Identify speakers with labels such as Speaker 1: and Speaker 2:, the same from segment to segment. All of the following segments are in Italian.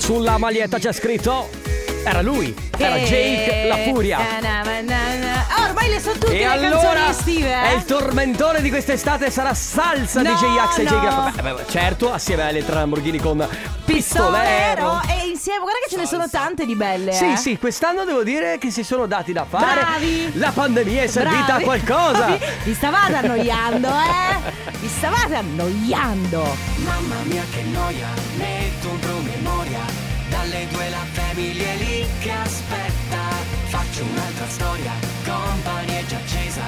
Speaker 1: Sulla maglietta c'è scritto. Era lui, era
Speaker 2: Eh,
Speaker 1: Jake La Furia.
Speaker 2: na, na, ma, na, na. Ah, ormai le so tutte
Speaker 1: E
Speaker 2: le
Speaker 1: allora
Speaker 2: canzoni estive. eh?
Speaker 1: è il tormentone di quest'estate sarà salsa
Speaker 2: No,
Speaker 1: DJ Axe e
Speaker 2: no.
Speaker 1: Jake La Furia. Beh, beh, Certo, assieme a Elettra Lamborghini con Pistolero.
Speaker 2: Pistolero e insieme, guarda che ce ne sono tante di belle.
Speaker 1: Sì,
Speaker 2: eh.
Speaker 1: sì, quest'anno devo dire che si sono dati da fare.
Speaker 2: Bravi.
Speaker 1: La pandemia è servita
Speaker 2: Bravi.
Speaker 1: a qualcosa.
Speaker 2: Vi- Vi stavate annoiando, eh? Vi stavate annoiando.
Speaker 3: Mamma mia che noia, metto un promemoria Dalle due la famiglia è lì che aspetta Faccio un'altra storia, compagnia già accesa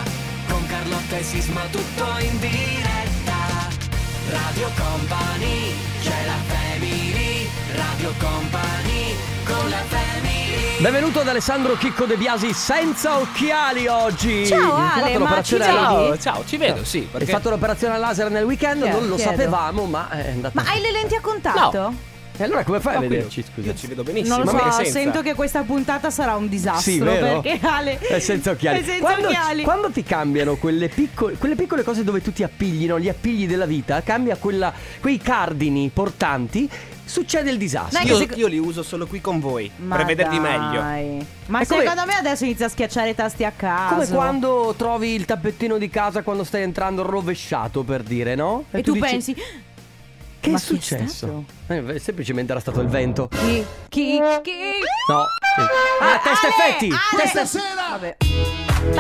Speaker 3: Con Carlotta e Sisma tutto in diretta Radio Company, c'è la family Radio Company, con la family
Speaker 1: Benvenuto ad Alessandro Chicco De Biasi senza occhiali oggi.
Speaker 2: Ciao,
Speaker 1: Mi ha fatto
Speaker 2: Ale, ma
Speaker 1: l'operazione
Speaker 2: ci
Speaker 1: alla-
Speaker 2: vedi?
Speaker 4: Ciao, ciao, ci vedo, sì.
Speaker 1: È
Speaker 4: Perché...
Speaker 1: fatto l'operazione al laser nel weekend,
Speaker 2: Chiedo,
Speaker 1: non lo
Speaker 2: chiedo.
Speaker 1: sapevamo, ma è andata.
Speaker 2: Ma hai le lenti a contatto?
Speaker 4: No.
Speaker 1: E allora come fai a
Speaker 4: Tranquillo,
Speaker 1: vederci? Scusa.
Speaker 4: Io ci vedo benissimo.
Speaker 2: Non lo so,
Speaker 4: ma senza.
Speaker 2: sento che questa puntata sarà un disastro
Speaker 1: Sì, vero?
Speaker 2: perché Ale
Speaker 1: È senza occhiali.
Speaker 2: È senza
Speaker 1: quando,
Speaker 2: occhiali.
Speaker 1: quando ti cambiano quelle piccole, quelle piccole cose dove tu ti appiglino, gli appigli della vita, cambia quella, quei cardini portanti, succede il disastro.
Speaker 2: Dai, che
Speaker 4: Io,
Speaker 2: sec-
Speaker 4: io li uso solo qui con voi
Speaker 2: Ma
Speaker 4: per vederli
Speaker 2: dai.
Speaker 4: meglio.
Speaker 2: Ma
Speaker 1: È come-
Speaker 2: secondo me adesso inizia a schiacciare i tasti a caso.
Speaker 1: Come quando trovi il tappettino di casa quando stai entrando rovesciato, per dire, no?
Speaker 2: E tu,
Speaker 1: dici,
Speaker 2: pensi
Speaker 1: Che
Speaker 2: "Ma
Speaker 1: è
Speaker 2: chi è
Speaker 1: successo?
Speaker 2: stato?"
Speaker 1: Eh, semplicemente era stato il vento.
Speaker 2: chi chi chi eh,
Speaker 1: No. Ah, test
Speaker 2: Ale,
Speaker 1: effetti!
Speaker 2: Ale.
Speaker 1: Test effetti!
Speaker 2: Vabbè.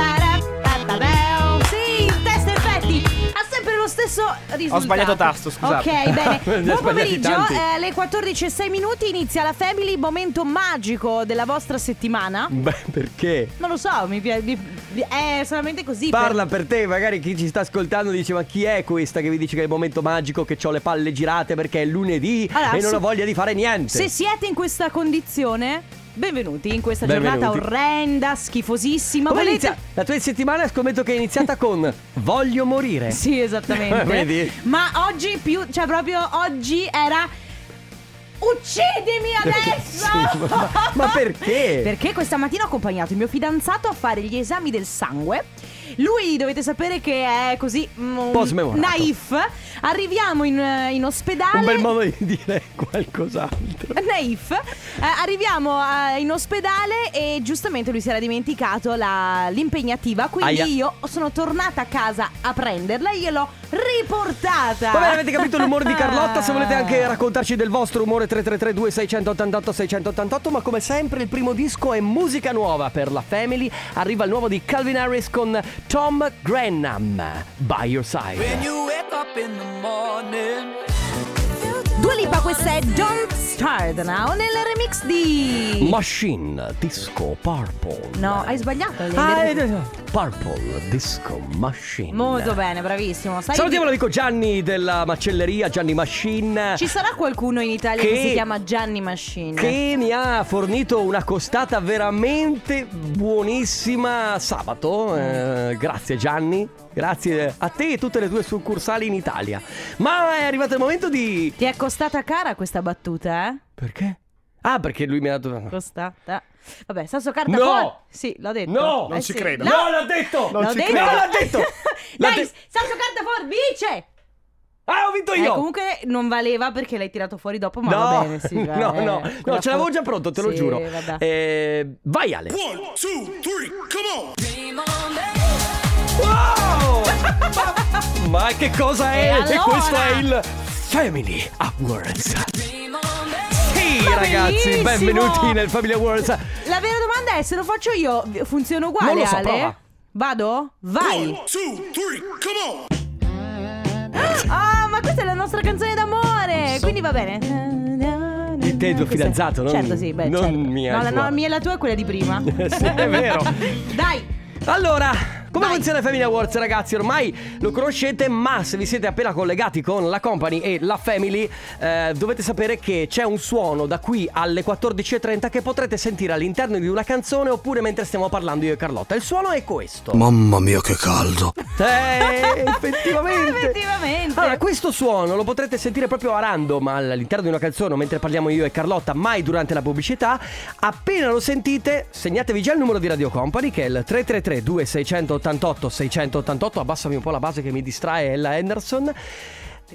Speaker 2: Parapatabeo. oh. Sì, test effetti. Ha sempre lo stesso risultato.
Speaker 4: sbagliato tasto, scusate.
Speaker 2: Ok, bene.
Speaker 1: Ne ho
Speaker 2: Buon
Speaker 1: sbagliati
Speaker 2: pomeriggio.
Speaker 1: tanti.
Speaker 2: eh, alle 14.06 minuti inizia la Family, momento magico della vostra settimana.
Speaker 1: Beh, perché?
Speaker 2: Non lo so, mi piace. mi- È solamente così. per-
Speaker 1: Parla per te, magari chi ci sta ascoltando dice ma chi è questa che vi dice che è il momento magico, che ho le palle girate perché è lunedì
Speaker 2: Allora,
Speaker 1: e non
Speaker 2: se-
Speaker 1: ho voglia di fare niente.
Speaker 2: Se siete in questa condizione, benvenuti in questa giornata
Speaker 1: Benvenuti.
Speaker 2: orrenda, schifosissima.
Speaker 1: Come è
Speaker 2: Volete-
Speaker 1: inizia- La tua settimana scommetto che è iniziata con voglio morire.
Speaker 2: Sì, esattamente.
Speaker 1: Vedi?
Speaker 2: Ma oggi più, cioè proprio oggi era uccidimi adesso!
Speaker 1: Sì, ma- ma perché?
Speaker 2: Perché questa mattina ho accompagnato il mio fidanzato a fare gli esami del sangue. Lui dovete sapere che è così mm,
Speaker 1: po' smemorato.
Speaker 2: naif. Arriviamo in, eh, in ospedale.
Speaker 1: Un bel modo di dire qualcos'altro.
Speaker 2: Naif, Eh, arriviamo eh, in ospedale e giustamente lui si era dimenticato la- l'impegnativa, quindi
Speaker 1: Aia.
Speaker 2: io sono tornata a casa a prenderla e gliel'ho riportata.
Speaker 1: Va bene, avete capito l'umore di Carlotta? Se volete anche
Speaker 2: Ah.
Speaker 1: raccontarci del vostro umore 3332 688 688, ma come sempre il primo disco è musica nuova per la Family. Arriva il nuovo di Calvin Harris con Tom Grenham, By Your Side.
Speaker 2: Dua Lipa, questa è Don't Start Now nel remix di...
Speaker 1: Machine Disco Purple.
Speaker 2: No, hai sbagliato. nel-
Speaker 1: Ah, eh, Purple Disco Machine.
Speaker 2: Molto bene, bravissimo. Sai,
Speaker 1: Salutiamo l'amico Gianni della macelleria, Gianni Machine.
Speaker 2: Ci sarà qualcuno in Italia che,
Speaker 1: Che-
Speaker 2: si chiama Gianni Machine.
Speaker 1: che mi ha fornito una costata veramente buonissima sabato. Eh, grazie Gianni, grazie a te e tutte le tue succursali in Italia. Ma è arrivato il momento di...
Speaker 2: Ti è costata cara questa battuta, eh?
Speaker 1: Perché? Ah, perché lui mi ha dato...
Speaker 2: Costata. Vabbè, sasso carta
Speaker 1: No!
Speaker 2: fuori. Sì, l'ho detto.
Speaker 1: No!
Speaker 2: Eh
Speaker 1: Non
Speaker 2: sì.
Speaker 4: ci credo.
Speaker 2: No,
Speaker 1: No, l'ha detto! No,
Speaker 2: l'ho detto.
Speaker 1: l'ha detto! L'ha
Speaker 2: Dai,
Speaker 1: de-
Speaker 2: sasso carta forbice.
Speaker 1: Ah, ho vinto
Speaker 2: Eh,
Speaker 1: io!
Speaker 2: comunque non valeva perché l'hai tirato fuori dopo, ma
Speaker 1: no,
Speaker 2: va bene, sì, va
Speaker 1: no,
Speaker 2: bene.
Speaker 1: no,
Speaker 2: Quella
Speaker 1: no, ce l'avevo
Speaker 2: for-
Speaker 1: già pronto, te lo
Speaker 2: Sì,
Speaker 1: giuro.
Speaker 2: vabbè.
Speaker 1: Eh, vai Ale. Wow! Ma che cosa è?
Speaker 2: E
Speaker 1: E
Speaker 2: allora?
Speaker 1: questo è il Family Awards. Sì,
Speaker 2: Ma
Speaker 1: ragazzi,
Speaker 2: bellissimo!
Speaker 1: benvenuti nel Family Awards.
Speaker 2: La vera domanda è se lo faccio io funziona uguale,
Speaker 1: Non lo so,
Speaker 2: Ale?
Speaker 1: prova.
Speaker 2: Vado? Vai. Ah, ma questa è la nostra canzone d'amore, quindi va bene.
Speaker 1: Di te e tuo
Speaker 2: Questa-
Speaker 1: fidanzato, non-
Speaker 2: Certo, sì, beh,
Speaker 1: non
Speaker 2: certo.
Speaker 1: mia
Speaker 2: No,
Speaker 1: e
Speaker 2: la,
Speaker 1: tua.
Speaker 2: no, mia e la tua è quella di prima.
Speaker 1: Sì, è vero.
Speaker 2: Dai.
Speaker 1: Allora, come
Speaker 2: Vai.
Speaker 1: funziona il Family Awards, ragazzi? Ormai lo conoscete, ma se vi siete appena collegati con la company e la family, eh, dovete sapere che c'è un suono da qui alle 14.30 che potrete sentire all'interno di una canzone oppure mentre stiamo parlando io e Carlotta. Il suono è questo.
Speaker 5: Mamma mia che caldo.
Speaker 1: Eh, effettivamente.
Speaker 2: Effettivamente.
Speaker 1: Allora, questo suono lo potrete sentire proprio a random all'interno di una canzone o mentre parliamo io e Carlotta, mai durante la pubblicità. Appena lo sentite, segnatevi già il numero di Radio Company che è il 333 2688 688. Abbassami un po' la base che mi distrae Ella Henderson.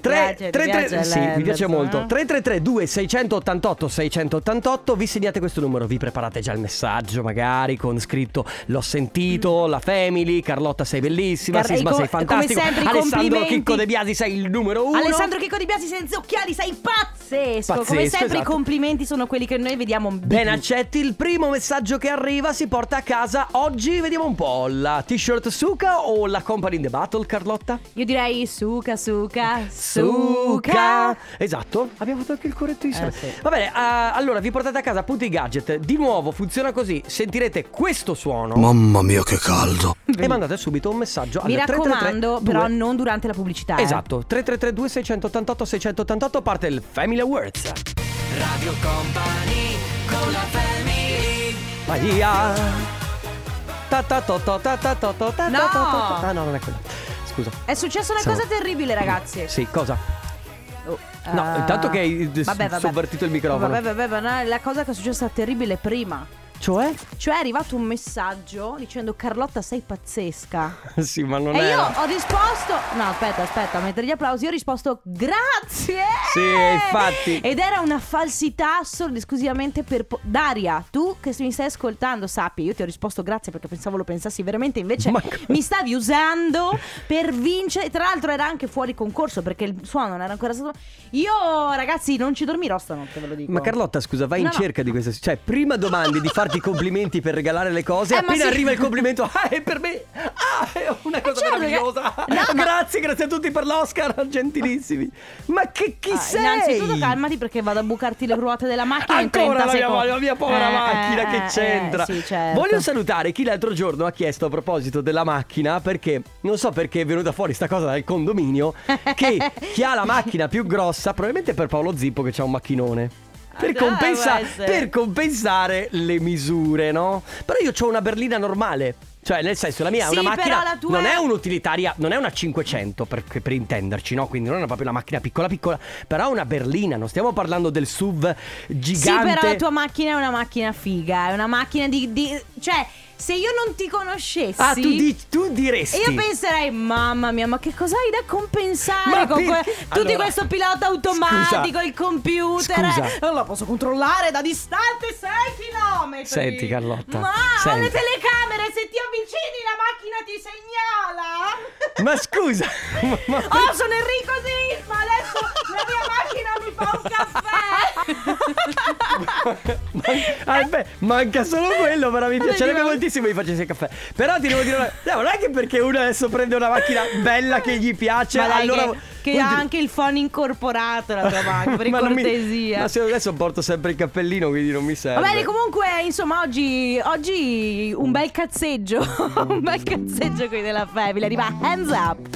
Speaker 1: 3,
Speaker 2: piace-
Speaker 1: 3,
Speaker 2: ti
Speaker 1: 3,
Speaker 2: piace
Speaker 1: sì, mi piace
Speaker 2: l'Henderson,
Speaker 1: molto.
Speaker 2: eh?
Speaker 1: 333 2688 688 vi segnate questo numero, vi preparate già il messaggio magari con scritto l'ho sentito, la family, Carlotta sei bellissima,
Speaker 2: Guarda,
Speaker 1: Sisma
Speaker 2: i co-
Speaker 1: sei
Speaker 2: come
Speaker 1: fantastico,
Speaker 2: sempre i
Speaker 1: Alessandro
Speaker 2: complimenti.
Speaker 1: Chicco De Biasi sei il numero uno.
Speaker 2: Alessandro Chicco di Biasi senza occhiali, sei pazzesco.
Speaker 1: Pazzesco,
Speaker 2: Come sempre i
Speaker 1: esatto.
Speaker 2: complimenti sono quelli che noi vediamo
Speaker 1: Ben accetti il primo messaggio che arriva, si porta a casa oggi, vediamo un po' la t-shirt Suka o la Company in the Battle Carlotta?
Speaker 2: Io direi suca, suca,
Speaker 1: Suka
Speaker 2: suca.
Speaker 1: Esatto, abbiamo fatto anche il corretto insieme.
Speaker 2: sì.
Speaker 1: Va bene, eh, allora vi portate a casa appunto i gadget. Di nuovo funziona così, sentirete questo suono
Speaker 3: Mamma mia che caldo.
Speaker 1: e mandate subito un messaggio
Speaker 2: Mi
Speaker 1: al 333
Speaker 2: raccomando,
Speaker 1: 2.
Speaker 2: però non durante la pubblicità. eh.
Speaker 1: Esatto, 3332 688 688 parte il Family Awards.
Speaker 3: Radio Company con la family.
Speaker 1: Magia. Ta ta to to ta ta to to ta ta
Speaker 2: No.
Speaker 1: to to ta- Ah no, non è quello. Scusa.
Speaker 2: È successa una
Speaker 1: Sono-
Speaker 2: cosa terribile, ragazzi.
Speaker 1: Sì, cosa?
Speaker 2: Oh,
Speaker 1: No,
Speaker 2: ah.
Speaker 1: intanto che hai eh,
Speaker 2: Vabbè, vabbè.
Speaker 1: sovvertito il microfono.
Speaker 2: Vabbè, vabbè, vabbè, no, la cosa che è successa terribile prima.
Speaker 1: Cioè?
Speaker 2: Cioè è arrivato un messaggio dicendo Carlotta sei pazzesca.
Speaker 1: sì, ma non
Speaker 2: e
Speaker 1: è.
Speaker 2: io ho risposto... No, aspetta, aspetta, mentre gli applausi io ho risposto grazie.
Speaker 1: Sì, infatti.
Speaker 2: Ed era una falsità solo ed esclusivamente per... po- Daria, tu che mi stai ascoltando sappi, io ti ho risposto grazie perché pensavo lo pensassi veramente, invece
Speaker 1: Ma-
Speaker 2: mi stavi usando per vincere. Tra l'altro era anche fuori concorso perché il suono non era ancora stato... Io ragazzi non ci dormirò stanotte, ve lo dico.
Speaker 1: Ma Carlotta, scusa, vai
Speaker 2: No,
Speaker 1: in
Speaker 2: no.
Speaker 1: cerca di questa. Cioè, prima domandi di farti i complimenti per regalare le cose.
Speaker 2: Eh, ma
Speaker 1: appena
Speaker 2: sì.
Speaker 1: arriva il complimento, ah, è per me! Ah, è una cosa
Speaker 2: certo che-
Speaker 1: meravigliosa!
Speaker 2: No, ma-
Speaker 1: Grazie, grazie a tutti per l'Oscar, gentilissimi. Ma che chi
Speaker 2: Ah,
Speaker 1: sei?
Speaker 2: Innanzitutto calmati perché vado a bucarti le ruote della macchina in
Speaker 1: Ancora
Speaker 2: 30
Speaker 1: la mia,
Speaker 2: secondi.
Speaker 1: la mia povera
Speaker 2: Eh,
Speaker 1: macchina,
Speaker 2: eh,
Speaker 1: che
Speaker 2: eh,
Speaker 1: c'entra?
Speaker 2: sì, certo.
Speaker 1: Voglio salutare chi l'altro giorno ha chiesto a proposito della macchina, perché non so perché è venuta fuori sta cosa dal condominio, che chi ha la macchina più grossa, probabilmente per Paolo Zippo che c'ha un macchinone. Per,
Speaker 2: Ah, dai,
Speaker 1: compensa-
Speaker 2: può essere.
Speaker 1: per compensare le misure, no? Però io ho una berlina normale. Cioè, nel senso, la mia è
Speaker 2: Sì,
Speaker 1: una macchina.
Speaker 2: però la tua
Speaker 1: Non
Speaker 2: è-
Speaker 1: è un'utilitaria, non è una 500 per, per intenderci, no? Quindi non è proprio una macchina piccola, piccola. Però è una berlina, non stiamo parlando del SUV gigante.
Speaker 2: Sì, però la tua macchina è una macchina figa, è una macchina di... di- cioè, se io non ti conoscessi...
Speaker 1: Ah, tu, di- tu diresti.
Speaker 2: Io penserei, mamma mia, ma che cos'hai da compensare
Speaker 1: Ma
Speaker 2: con que-
Speaker 1: perché-
Speaker 2: tutti
Speaker 1: Allora,
Speaker 2: questo pilota automatico,
Speaker 1: scusa,
Speaker 2: il computer?
Speaker 1: scusa.
Speaker 2: eh, La posso controllare da distante 6 km.
Speaker 1: Senti, Carlotta,
Speaker 2: Ma ho
Speaker 1: senti.
Speaker 2: le telecamere, se ti avvicini la macchina ti segnala.
Speaker 1: Ma scusa. ma- ma per-
Speaker 2: Oh, sono Enrico Sisma, adesso la mia macchina mi fa un caffè.
Speaker 1: ma- ah, beh, manca solo quello, però mi
Speaker 2: Vabbè,
Speaker 1: piacerebbe
Speaker 2: dico-
Speaker 1: moltissimo che facessi il caffè. Però ti devo dire una- no, non è che perché uno adesso prende una macchina bella che gli piace,
Speaker 2: Ma dai,
Speaker 1: Cioè, allora
Speaker 2: che, che
Speaker 1: Vuol
Speaker 2: ha
Speaker 1: dire-
Speaker 2: anche il phone incorporato la tua macchina, per
Speaker 1: Ma non mi-
Speaker 2: cortesia.
Speaker 1: Ma se adesso porto sempre il cappellino, quindi non mi serve.
Speaker 2: Va bene, comunque, insomma, oggi, oggi un bel cazzeggio. un bel cazzeggio qui della Family. Arriva hands up.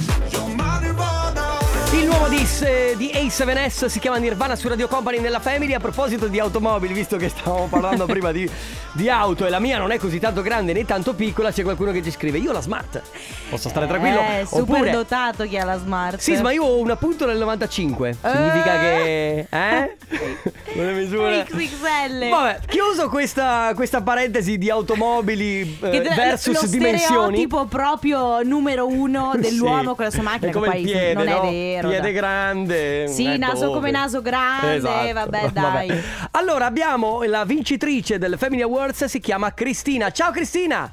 Speaker 1: Il nuovo dis eh, di A7S si chiama Nirvana su Radio Company nella Family. A proposito di automobili, visto che stavamo parlando prima di, di auto e la mia non è così tanto grande né tanto piccola, c'è qualcuno che ci scrive: Io ho la smart. Posso stare tranquillo?
Speaker 2: Eh, super
Speaker 1: Oppure.
Speaker 2: dotato chi ha la smart.
Speaker 1: Sì, ma io ho un appunto nel 95. Significa
Speaker 2: Eh.
Speaker 1: che. Eh? Una misura.
Speaker 2: XXL.
Speaker 1: Vabbè, chiuso questa, questa parentesi di automobili eh,
Speaker 2: Che te-
Speaker 1: versus
Speaker 2: lo
Speaker 1: dimensioni.
Speaker 2: stereotipo proprio numero uno dell'uomo
Speaker 1: Sì.
Speaker 2: con la sua macchina.
Speaker 1: È come
Speaker 2: che poi
Speaker 1: il piede,
Speaker 2: non
Speaker 1: no?
Speaker 2: è vero.
Speaker 1: Piede
Speaker 2: dai.
Speaker 1: grande.
Speaker 2: Sì,
Speaker 1: eh,
Speaker 2: naso
Speaker 1: dove?
Speaker 2: come naso grande,
Speaker 1: Esatto.
Speaker 2: vabbè, dai.
Speaker 1: Allora abbiamo la vincitrice del Family Awards, si chiama Cristina. Ciao Cristina!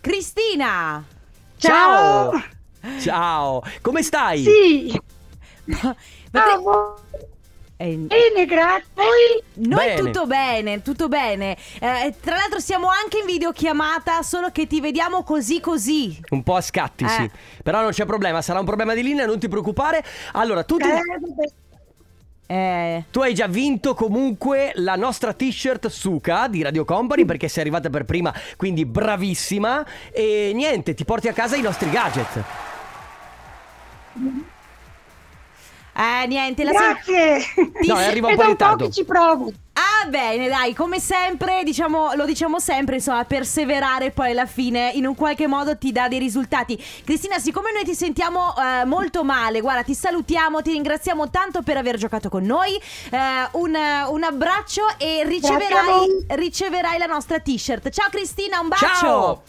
Speaker 2: Cristina!
Speaker 5: Ciao!
Speaker 1: Ciao! Come stai?
Speaker 5: Sì, Ah,
Speaker 2: Ma te-
Speaker 5: ciao,
Speaker 2: Eh,
Speaker 5: bene, grazie. Voi?
Speaker 2: Noi
Speaker 1: Bene.
Speaker 2: tutto bene, tutto bene. Eh, tra l'altro siamo anche in videochiamata, solo che ti vediamo così così.
Speaker 1: Un po' a scatti,
Speaker 2: Eh.
Speaker 1: sì. Però non c'è problema, sarà un problema di linea, non ti preoccupare. Allora, tu, ti-
Speaker 5: Eh, vabbè.
Speaker 2: Eh,
Speaker 1: tu hai già vinto comunque la nostra t-shirt Suka di Radio Company perché sei arrivata per prima, quindi bravissima. E niente, ti porti a casa i nostri gadget.
Speaker 2: eh, niente, la sen-
Speaker 5: Grazie.
Speaker 1: No, arriva un
Speaker 5: È
Speaker 1: po'
Speaker 5: da
Speaker 1: in
Speaker 5: un po'
Speaker 1: ritardo.
Speaker 5: che ci provo.
Speaker 2: Ah, bene, dai, come sempre, diciamo, lo diciamo sempre, insomma, perseverare poi alla fine in un qualche modo ti dà dei risultati. Cristina, siccome noi ti sentiamo eh, molto male, guarda, ti salutiamo, ti ringraziamo tanto per aver giocato con noi. Eh, un, un abbraccio e
Speaker 5: a voi.
Speaker 2: riceverai, riceverai la nostra t-shirt. Ciao Cristina, un bacio.
Speaker 1: Ciao!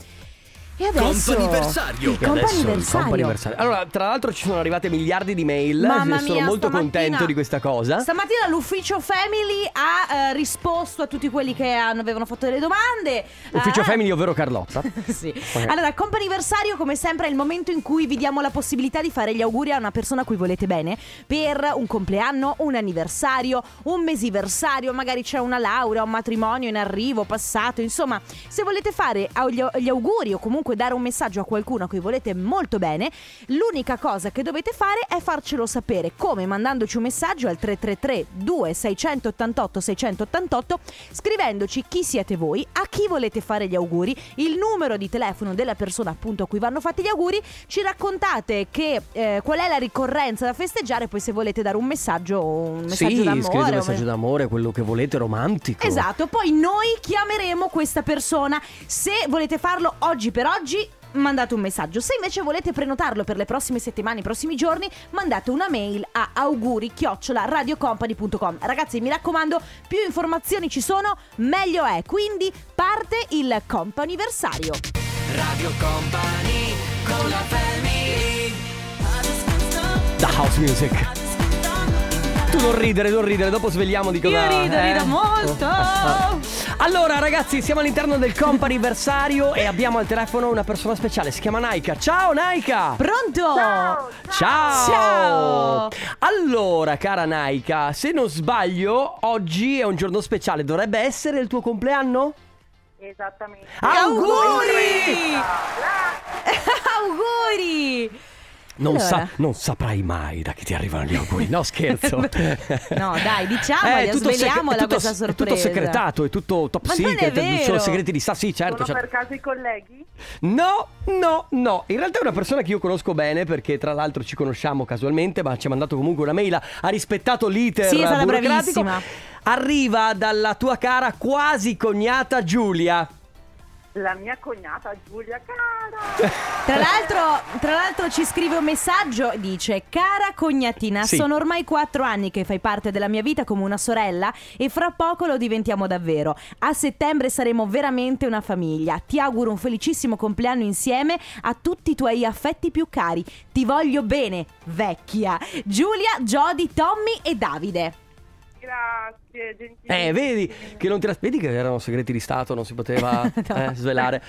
Speaker 2: E E adesso?
Speaker 6: Comp'anniversario.
Speaker 2: Il
Speaker 1: E adesso il
Speaker 2: comp'anniversario.
Speaker 1: comp'anniversario. Allora, tra l'altro ci sono arrivate miliardi di mail, eh,
Speaker 2: Mamma
Speaker 1: sono
Speaker 2: mia,
Speaker 1: molto
Speaker 2: stamattina-
Speaker 1: contento di questa cosa.
Speaker 2: Stamattina l'ufficio Family ha eh, risposto a tutti quelli che hanno- avevano fatto delle domande.
Speaker 1: Ufficio
Speaker 2: Ah,
Speaker 1: Family, ovvero Carlotta.
Speaker 2: Sì. Allora, comp'anniversario come sempre è il momento in cui vi diamo la possibilità di fare gli auguri a una persona a cui volete bene per un compleanno, un anniversario, un mesiversario, magari c'è una laurea, un matrimonio in arrivo, passato, insomma, se volete fare au- gli gli auguri o comunque dare un messaggio a qualcuno a cui volete molto bene, l'unica cosa che dovete fare è farcelo sapere come mandandoci un messaggio al 333 2688 688 scrivendoci chi siete voi, a chi volete fare gli auguri, il numero di telefono della persona appunto a cui vanno fatti gli auguri, ci raccontate che, eh, qual è la ricorrenza da festeggiare, poi se volete dare un messaggio, un messaggio
Speaker 1: sì,
Speaker 2: d'amore.
Speaker 1: scrivete un
Speaker 2: o-
Speaker 1: messaggio d'amore, quello che volete, romantico.
Speaker 2: Esatto, poi noi chiameremo questa persona. Se volete farlo oggi per oggi, mandate un messaggio. Se invece volete prenotarlo per le prossime settimane, i prossimi giorni, mandate una mail a auguri-radiocompany.com. Ragazzi, mi raccomando, più informazioni ci sono, meglio è. Quindi parte il comp'anniversario.
Speaker 3: Radio Company con la family
Speaker 1: Da House Music. Tu non ridere, non ridere, dopo svegliamo di cosa.
Speaker 2: Io rido,
Speaker 1: eh?
Speaker 2: rido molto.
Speaker 1: Allora, ragazzi, siamo all'interno del comp'anniversario e abbiamo al telefono una persona speciale. Si chiama Naika. Ciao, Naika!
Speaker 2: Pronto?
Speaker 1: Ciao!
Speaker 2: Ciao!
Speaker 1: Allora, cara Naika, se non sbaglio, oggi è un giorno speciale. Dovrebbe essere il tuo compleanno?
Speaker 5: Esattamente.
Speaker 1: Auguri!
Speaker 2: Auguri!
Speaker 1: Non, sa-
Speaker 2: Allora.
Speaker 1: non saprai mai da chi ti arrivano gli auguri. No, scherzo.
Speaker 2: No, dai, diciamo, diciamola,
Speaker 1: è tutto sec-
Speaker 2: sveliamola
Speaker 1: è tutto
Speaker 2: questa
Speaker 1: se- È tutto
Speaker 2: sorpresa.
Speaker 1: segretato, è tutto top
Speaker 2: Ma non è
Speaker 1: secret. Sono
Speaker 2: vero.
Speaker 1: segreti di sa, sì, certo. certo.
Speaker 5: caso i colleghi?
Speaker 1: No, no, no. In realtà è una persona che io conosco bene perché tra l'altro ci conosciamo casualmente, ma ci ha mandato comunque una mail, ha rispettato l'iter
Speaker 2: Sì, è stata
Speaker 1: burocratico.
Speaker 2: bravissima.
Speaker 1: Arriva dalla tua cara quasi cognata Giulia.
Speaker 5: La mia cognata Giulia cara.
Speaker 2: Tra l'altro, tra l'altro ci scrive un messaggio, dice Cara cognatina,
Speaker 1: Sì.
Speaker 2: sono ormai quattro anni che fai parte della mia vita come una sorella e fra poco lo diventiamo davvero. A settembre saremo veramente una famiglia. Ti auguro un felicissimo compleanno insieme a tutti i tuoi affetti più cari. Ti voglio bene, vecchia. Giulia, Jody, Tommy e Davide.
Speaker 5: Grazie, gentile.
Speaker 1: Eh, vedi che non ti la- vedi che erano segreti di Stato, non si poteva
Speaker 2: No.
Speaker 1: eh, svelare.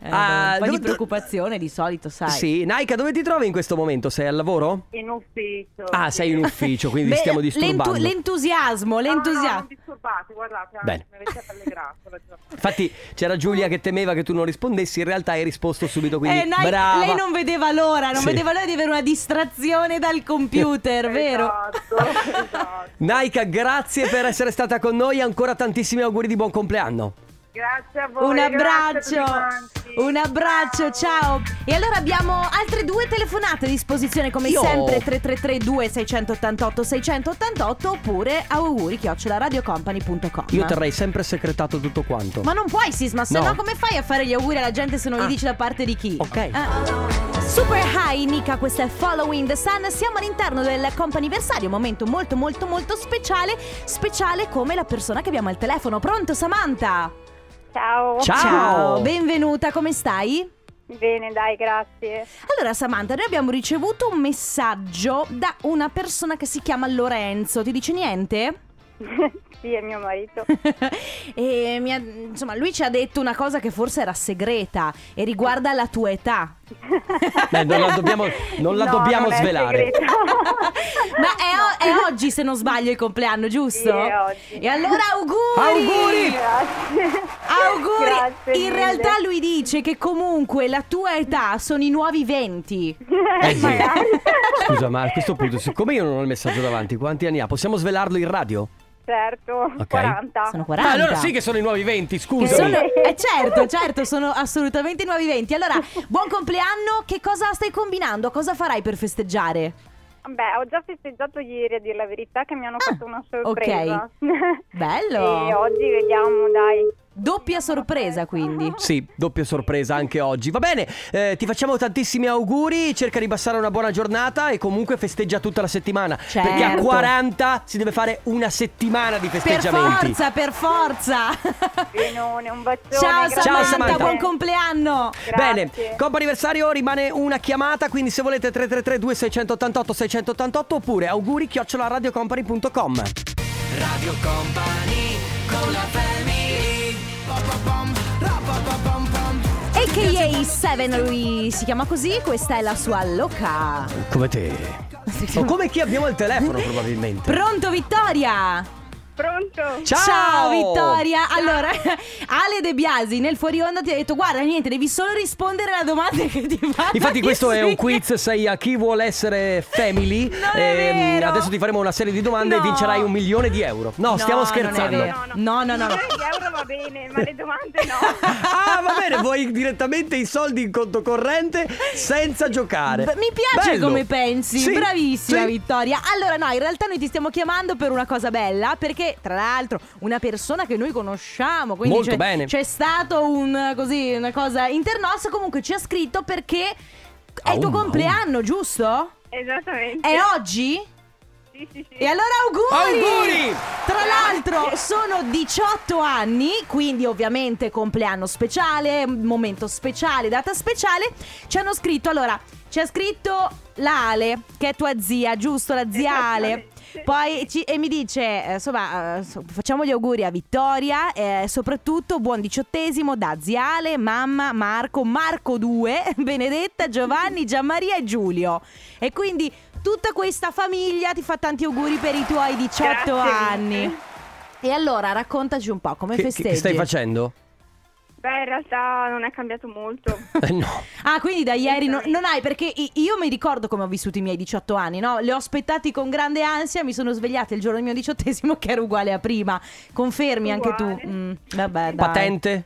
Speaker 2: Eh, beh,
Speaker 1: Ah,
Speaker 2: un po' di
Speaker 1: dove-
Speaker 2: preoccupazione di solito, sai.
Speaker 1: Sì, Naika, dove ti trovi in questo momento? Sei al lavoro?
Speaker 5: In ufficio.
Speaker 1: Ah, sei in ufficio, quindi
Speaker 2: Beh,
Speaker 1: stiamo
Speaker 2: l'entu-
Speaker 1: disturbando.
Speaker 2: l'entusiasmo,
Speaker 5: No, no,
Speaker 2: l'entusiasmo.
Speaker 5: non disturbate, guardate, anzi,
Speaker 1: Bene.
Speaker 5: mi avete allegrato la giornata.
Speaker 1: Infatti c'era Giulia che temeva che tu non rispondessi, in realtà hai risposto subito, quindi
Speaker 2: Eh, Nike-
Speaker 1: brava.
Speaker 2: lei non vedeva l'ora, non
Speaker 1: Sì.
Speaker 2: vedeva l'ora di avere una distrazione dal computer, vero?
Speaker 5: Esatto, esatto.
Speaker 1: Naika, grazie per essere stata con noi, ancora tantissimi auguri di buon compleanno.
Speaker 5: Grazie a voi.
Speaker 2: Un
Speaker 5: grazie
Speaker 2: abbraccio,
Speaker 5: a tutti quanti.
Speaker 2: un abbraccio, ciao. E allora abbiamo altre due telefonate a disposizione come
Speaker 1: Io-
Speaker 2: sempre 3332 688 688 oppure auguri radiocompany.com.
Speaker 1: Io terrei sempre segretato tutto quanto.
Speaker 2: Ma non puoi Sisma, se
Speaker 1: No. Ah.
Speaker 2: no. come fai a fare gli auguri alla gente se non gli dici da parte di chi?
Speaker 1: Ok.
Speaker 2: Eh. Super high, Nika, questo è Following the Sun. Siamo all'interno del comp'anniversario, momento molto molto molto speciale, speciale come la persona che abbiamo al telefono. Pronto Samantha?
Speaker 7: Ciao.
Speaker 1: Ciao.
Speaker 2: benvenuta, come stai?
Speaker 7: Bene, dai, grazie.
Speaker 2: Allora Samantha, noi abbiamo ricevuto un messaggio da una persona che si chiama Lorenzo. Ti dice niente?
Speaker 7: sì, è mio marito.
Speaker 1: Eh,
Speaker 2: e mi ha- insomma, lui ci ha detto una cosa che forse era segreta e riguarda la tua età.
Speaker 1: Beh, non la dobbiamo, non la
Speaker 7: No,
Speaker 1: dobbiamo
Speaker 7: non è
Speaker 1: svelare.
Speaker 7: segreto.
Speaker 2: Ma è, o- è oggi, se non sbaglio, il compleanno, giusto?
Speaker 7: Sì, è oggi.
Speaker 2: E allora auguri!
Speaker 1: Auguri!
Speaker 7: Grazie.
Speaker 2: Auguri!
Speaker 7: Grazie
Speaker 2: In
Speaker 7: mille.
Speaker 2: realtà lui dice che comunque la tua età sono i nuovi 20.
Speaker 1: Eh sì. Scusa, ma a questo punto, siccome io non ho il messaggio davanti, quanti anni ha? Possiamo svelarlo in radio?
Speaker 7: Certo,
Speaker 1: Ok.
Speaker 7: 40.
Speaker 2: Sono 40.
Speaker 1: Ah, allora sì che sono i nuovi 20,
Speaker 2: Che
Speaker 1: scusa.
Speaker 2: sono- eh, certo, certo, sono assolutamente i nuovi 20. Allora, buon compleanno, che cosa stai combinando? Cosa farai per festeggiare?
Speaker 7: Beh, ho già festeggiato ieri, a dire la verità, che mi hanno
Speaker 2: Ah,
Speaker 7: fatto una sorpresa.
Speaker 2: ok. Bello.
Speaker 7: e oggi vediamo, dai.
Speaker 2: Doppia sorpresa, quindi.
Speaker 1: Sì, doppia sorpresa anche oggi. Va bene, eh, ti facciamo tantissimi auguri. Cerca di passare una buona giornata e comunque festeggia tutta la settimana.
Speaker 2: Certo.
Speaker 1: Perché a 40 si deve fare una settimana di
Speaker 2: Per
Speaker 1: festeggiamenti.
Speaker 2: forza, per forza.
Speaker 7: Benone, un bacione.
Speaker 2: Ciao
Speaker 7: grazie.
Speaker 1: Ciao,
Speaker 2: Samantha,
Speaker 1: Samantha.
Speaker 2: buon compleanno.
Speaker 7: Grazie.
Speaker 1: Bene, Coppa anniversario rimane una chiamata, quindi se volete 333 2688 688 oppure auguri chiocciola.radiocompany.com.
Speaker 3: Radio Company con la family
Speaker 2: AKA 7 lui si chiama così, questa è la sua loca.
Speaker 1: Come te. O come chi abbiamo al telefono probabilmente.
Speaker 2: Pronto Vittoria?
Speaker 7: Pronto?
Speaker 1: Ciao!
Speaker 2: Vittoria! Allora, Ale De Biasi nel fuori onda ti ha detto guarda niente, devi solo rispondere alla domanda che ti fa.
Speaker 1: Infatti questo è un quiz, sei a chi vuole essere family. Ehm,
Speaker 2: Non è vero.
Speaker 1: Adesso ti faremo una serie di domande e
Speaker 2: No.
Speaker 1: vincerai un milione di euro. No, stiamo scherzando.
Speaker 2: Non è vero. No, no, no. no.
Speaker 7: Gli euro va bene, ma le domande no.
Speaker 1: Ah, va bene, vuoi direttamente i soldi in conto corrente senza giocare.
Speaker 2: Beh, Mi piace
Speaker 1: Bello.
Speaker 2: come pensi,
Speaker 1: Sì,
Speaker 2: bravissima
Speaker 1: sì.
Speaker 2: Vittoria. Allora, no, in realtà noi ti stiamo chiamando per una cosa bella, perché tra l'altro una persona che noi conosciamo, quindi
Speaker 1: Molto
Speaker 2: c'è,
Speaker 1: bene.
Speaker 2: c'è stato un eh, così, una cosa internossa, comunque ci ha scritto perché è il
Speaker 1: Aum,
Speaker 2: tuo
Speaker 1: aum.
Speaker 2: compleanno, giusto?
Speaker 7: Esattamente.
Speaker 2: È oggi?
Speaker 7: Sì, sì, sì.
Speaker 2: E allora auguri!
Speaker 1: Auguri!
Speaker 2: Tra l'altro sono 18 anni, quindi ovviamente compleanno speciale, momento speciale, data speciale. Ci hanno scritto, allora, ci ha scritto la Ale, che è tua zia, giusto? La zia Ale. Poi ci- e mi dice, eh, insomma, eh, so- facciamo gli auguri a Vittoria, eh, soprattutto buon diciottesimo da zia Ale, mamma, Marco, Marco 2, Benedetta, Giovanni, Gianmaria e Giulio. E quindi tutta questa famiglia ti fa tanti auguri per i tuoi 18
Speaker 7: Grazie
Speaker 2: anni.
Speaker 7: mille.
Speaker 2: E allora raccontaci un po' come
Speaker 1: Che- che,
Speaker 2: festeggi.
Speaker 1: che stai facendo?
Speaker 7: Beh, in realtà non è cambiato molto.
Speaker 1: Eh, no.
Speaker 2: Ah, quindi da ieri no- non hai, perché i- io mi ricordo come ho vissuto i miei 18 anni, no? Li ho aspettati con grande ansia, mi sono svegliata il giorno del mio diciottesimo che era uguale a prima. Confermi anche tu.
Speaker 7: Uguale.
Speaker 2: Mm, vabbè, dai.
Speaker 1: Patente?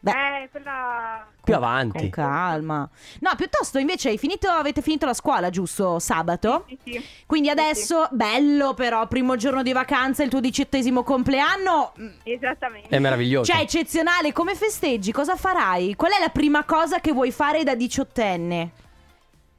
Speaker 2: Beh.
Speaker 7: Eh, quella...
Speaker 1: Più
Speaker 2: Con
Speaker 1: avanti.
Speaker 2: calma. No, piuttosto invece hai finito, avete finito la scuola, giusto? Sabato?
Speaker 7: Sì, sì.
Speaker 2: Quindi
Speaker 7: Sì, sì.
Speaker 2: adesso, bello però, primo giorno di vacanza, il tuo diciottesimo compleanno. mm,
Speaker 7: Esattamente.
Speaker 1: È meraviglioso.
Speaker 2: Cioè, eccezionale, come festeggi? Cosa farai? Qual è la prima cosa che vuoi fare da diciottenne?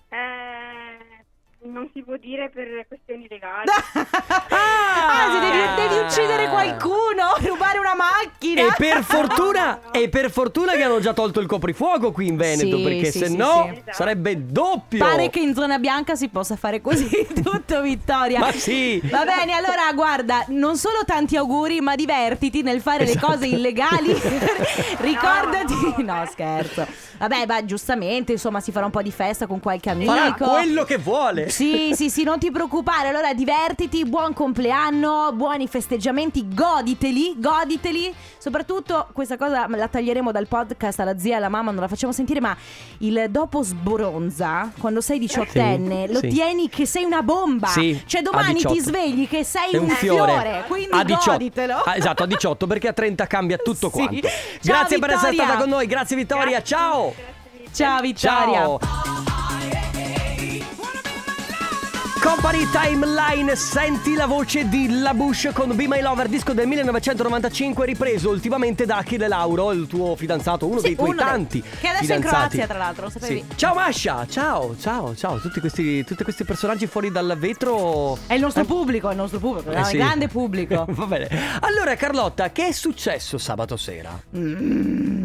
Speaker 7: Eh, non si può dire per questioni legali.
Speaker 2: ah, se devi, devi uccidere qualcuno, rubare una macchina.
Speaker 1: Eh. E per fortuna, e per fortuna che hanno già tolto il coprifuoco qui in Veneto,
Speaker 2: Sì,
Speaker 1: perché
Speaker 2: sì,
Speaker 1: se
Speaker 2: sì,
Speaker 1: no
Speaker 7: sì.
Speaker 1: sarebbe doppio.
Speaker 2: Pare che in zona bianca si possa fare così tutto, Vittoria.
Speaker 1: Ma sì.
Speaker 2: Va bene, allora guarda, non solo tanti auguri, ma divertiti nel fare
Speaker 1: Esatto.
Speaker 2: le cose illegali. Ricordati.
Speaker 7: No, no,
Speaker 2: No, scherzo. Vabbè, ma giustamente, insomma, si farà un po' di festa con qualche amico.
Speaker 1: Farà quello che vuole.
Speaker 2: Sì, sì, sì, non ti preoccupare. Allora, divertiti, buon compleanno, buoni festeggiamenti, goditeli, goditeli. Soprattutto questa cosa la taglieremo dal podcast alla zia e alla mamma, non la facciamo sentire, ma il dopo sbronza, quando sei diciottenne,
Speaker 1: Sì,
Speaker 2: lo
Speaker 1: sì.
Speaker 2: tieni che sei una bomba.
Speaker 1: Sì,
Speaker 2: cioè
Speaker 1: a
Speaker 2: domani
Speaker 1: 18.
Speaker 2: ti svegli che sei
Speaker 1: È
Speaker 2: un, fiore. quindi
Speaker 1: a 18.
Speaker 2: goditelo.
Speaker 1: Ah, esatto, a 18 perché a 30 cambia tutto
Speaker 2: Sì.
Speaker 1: quanto.
Speaker 2: Ciao,
Speaker 1: Grazie per essere
Speaker 2: Vittoria.
Speaker 1: stata con noi, grazie Vittoria, ciao.
Speaker 2: Ciao Vittoria.
Speaker 1: Ciao. Company Timeline, senti la voce di La Bush con Be My Lover, disco del 1995, ripreso ultimamente da Achille Lauro, il tuo fidanzato, uno
Speaker 2: Sì,
Speaker 1: dei tuoi
Speaker 2: uno dei-
Speaker 1: tanti.
Speaker 2: che adesso è in
Speaker 1: fidanzati.
Speaker 2: Croazia, tra l'altro, lo sapevi?
Speaker 1: Sì. Ciao Masha, ciao, ciao, ciao, tutti questi, tutti questi personaggi fuori dal vetro.
Speaker 2: È il nostro pubblico, è il nostro pubblico, è
Speaker 1: Eh
Speaker 2: un
Speaker 1: sì.
Speaker 2: grande pubblico.
Speaker 1: Va bene. Allora, Carlotta, che è successo sabato sera?
Speaker 2: Mm.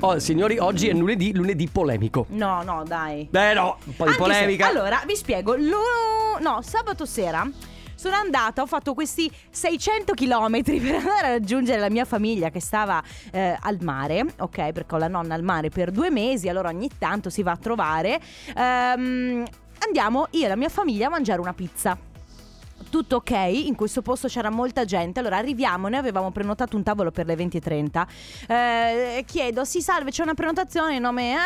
Speaker 1: Oh, signori, oggi è lunedì, lunedì polemico.
Speaker 2: No, no, dai.
Speaker 1: Beh, no, un po' di
Speaker 2: Anche
Speaker 1: polemica.
Speaker 2: se- allora, vi spiego. Lo- no, sabato sera sono andata, ho fatto questi 600 km per andare a raggiungere la mia famiglia che stava eh, al mare, ok? Perché ho la nonna al mare per due mesi, allora ogni tanto si va a trovare. Ehm, andiamo io e la mia famiglia a mangiare una pizza. Tutto ok, in questo posto c'era molta gente, allora arriviamo, noi avevamo prenotato un tavolo per le 20.30. Eh, chiedo, sì salve, c'è una prenotazione, nome è...